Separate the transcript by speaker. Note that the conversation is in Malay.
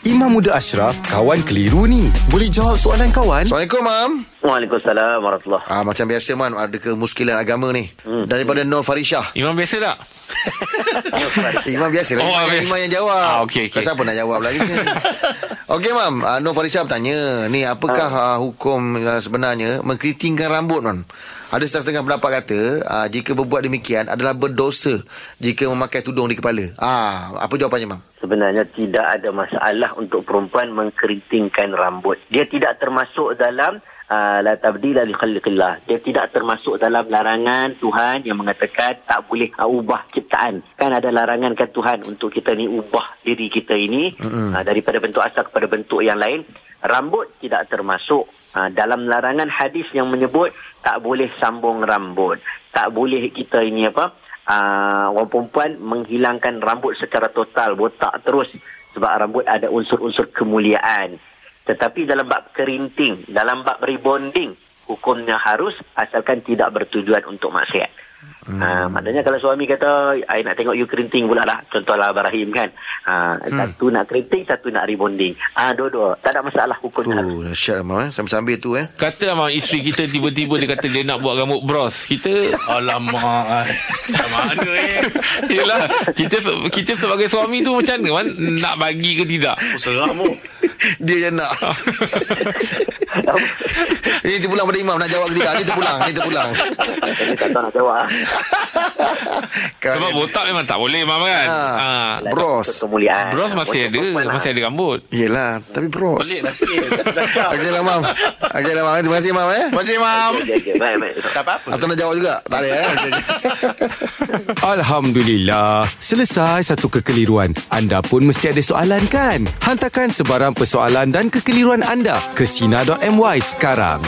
Speaker 1: Imam Muda Ashraf, kawan keliru ni. Boleh jawab soalan kawan?
Speaker 2: Assalamualaikum, Mam.
Speaker 3: Waalaikumsalam warahmatullahi
Speaker 2: Ah, macam biasa, Mam. Ada kemuskilan agama ni.
Speaker 4: Hmm.
Speaker 2: Daripada Nur Farishah.
Speaker 4: Imam biasa tak?
Speaker 2: Imam biasa lah.
Speaker 4: Oh,
Speaker 2: Imam,
Speaker 4: habis.
Speaker 2: Imam yang jawab.
Speaker 4: Ah, okey, okey.
Speaker 2: Kau siapa nak jawab lagi kan? Okey, Mam. Uh, Nur Farishah bertanya. Ni, apakah
Speaker 4: Ah.
Speaker 2: uh, hukum uh, sebenarnya mengkeritingkan rambut, Mam? Ada setengah pendapat kata, uh, jika berbuat demikian adalah berdosa jika memakai tudung di kepala. Ah, apa jawapannya, Mam?
Speaker 3: Sebenarnya tidak ada masalah untuk perempuan mengkeritingkan rambut. Dia tidak termasuk dalam uh, la tabdila li khalqillah. Dia tidak termasuk dalam larangan Tuhan yang mengatakan tak boleh uh, ubah ciptaan. Kan ada larangan kan Tuhan untuk kita ni ubah diri kita ini mm-hmm. uh, daripada bentuk asal kepada bentuk yang lain. Rambut tidak termasuk Ha, dalam larangan hadis yang menyebut tak boleh sambung rambut. Tak boleh kita ini apa? Uh, orang perempuan menghilangkan rambut secara total, botak terus sebab rambut ada unsur-unsur kemuliaan. Tetapi dalam bab kerinting, dalam bab rebonding, hukumnya harus asalkan tidak bertujuan untuk maksiat. Hmm. Ha, maknanya kalau suami kata I nak tengok you kerinting pula lah Contohlah Abang Rahim kan ha, hmm. Satu nak kerinting Satu nak rebonding ha, Dua-dua Tak ada masalah hukumnya harus
Speaker 2: Oh, dahsyat, Mam. Eh? Sambil-sambil tu, eh.
Speaker 4: Katalah mak isteri kita tiba-tiba dia kata dia nak buat rambut bros. Kita
Speaker 5: Alamak. Macam mana eh?
Speaker 4: Yelah kita kita sebagai suami tu macam mana Man? nak bagi ke tidak?
Speaker 5: Seram pun.
Speaker 2: Dia yang nak Ini terpulang pada Imam Nak jawab ke tidak Ini terpulang Ini terpulang
Speaker 3: Saya tak tahu nak jawab ah.
Speaker 2: Kau
Speaker 4: Sebab
Speaker 2: ni-
Speaker 4: botak memang tak boleh mam kan.
Speaker 2: Ha.
Speaker 4: Ha.
Speaker 2: Kan? Bros.
Speaker 3: Untuk Kemuliaan.
Speaker 4: Bros masih ada,
Speaker 3: lah.
Speaker 4: masih ada rambut.
Speaker 2: Yelah Tapi bro
Speaker 5: Pelik lah sikit. Dah siap.
Speaker 2: Okey lah Mam Okey lah Mam Terima kasih Mam eh
Speaker 5: Terima kasih, Mam.
Speaker 3: Baik, baik.
Speaker 5: Tak apa-apa.
Speaker 2: Atau nak jawab juga Tak ada eh Okey, okey.
Speaker 1: Alhamdulillah. Selesai satu kekeliruan. Anda pun mesti ada soalan kan? Hantarkan sebarang persoalan dan kekeliruan anda ke Sina.my sekarang.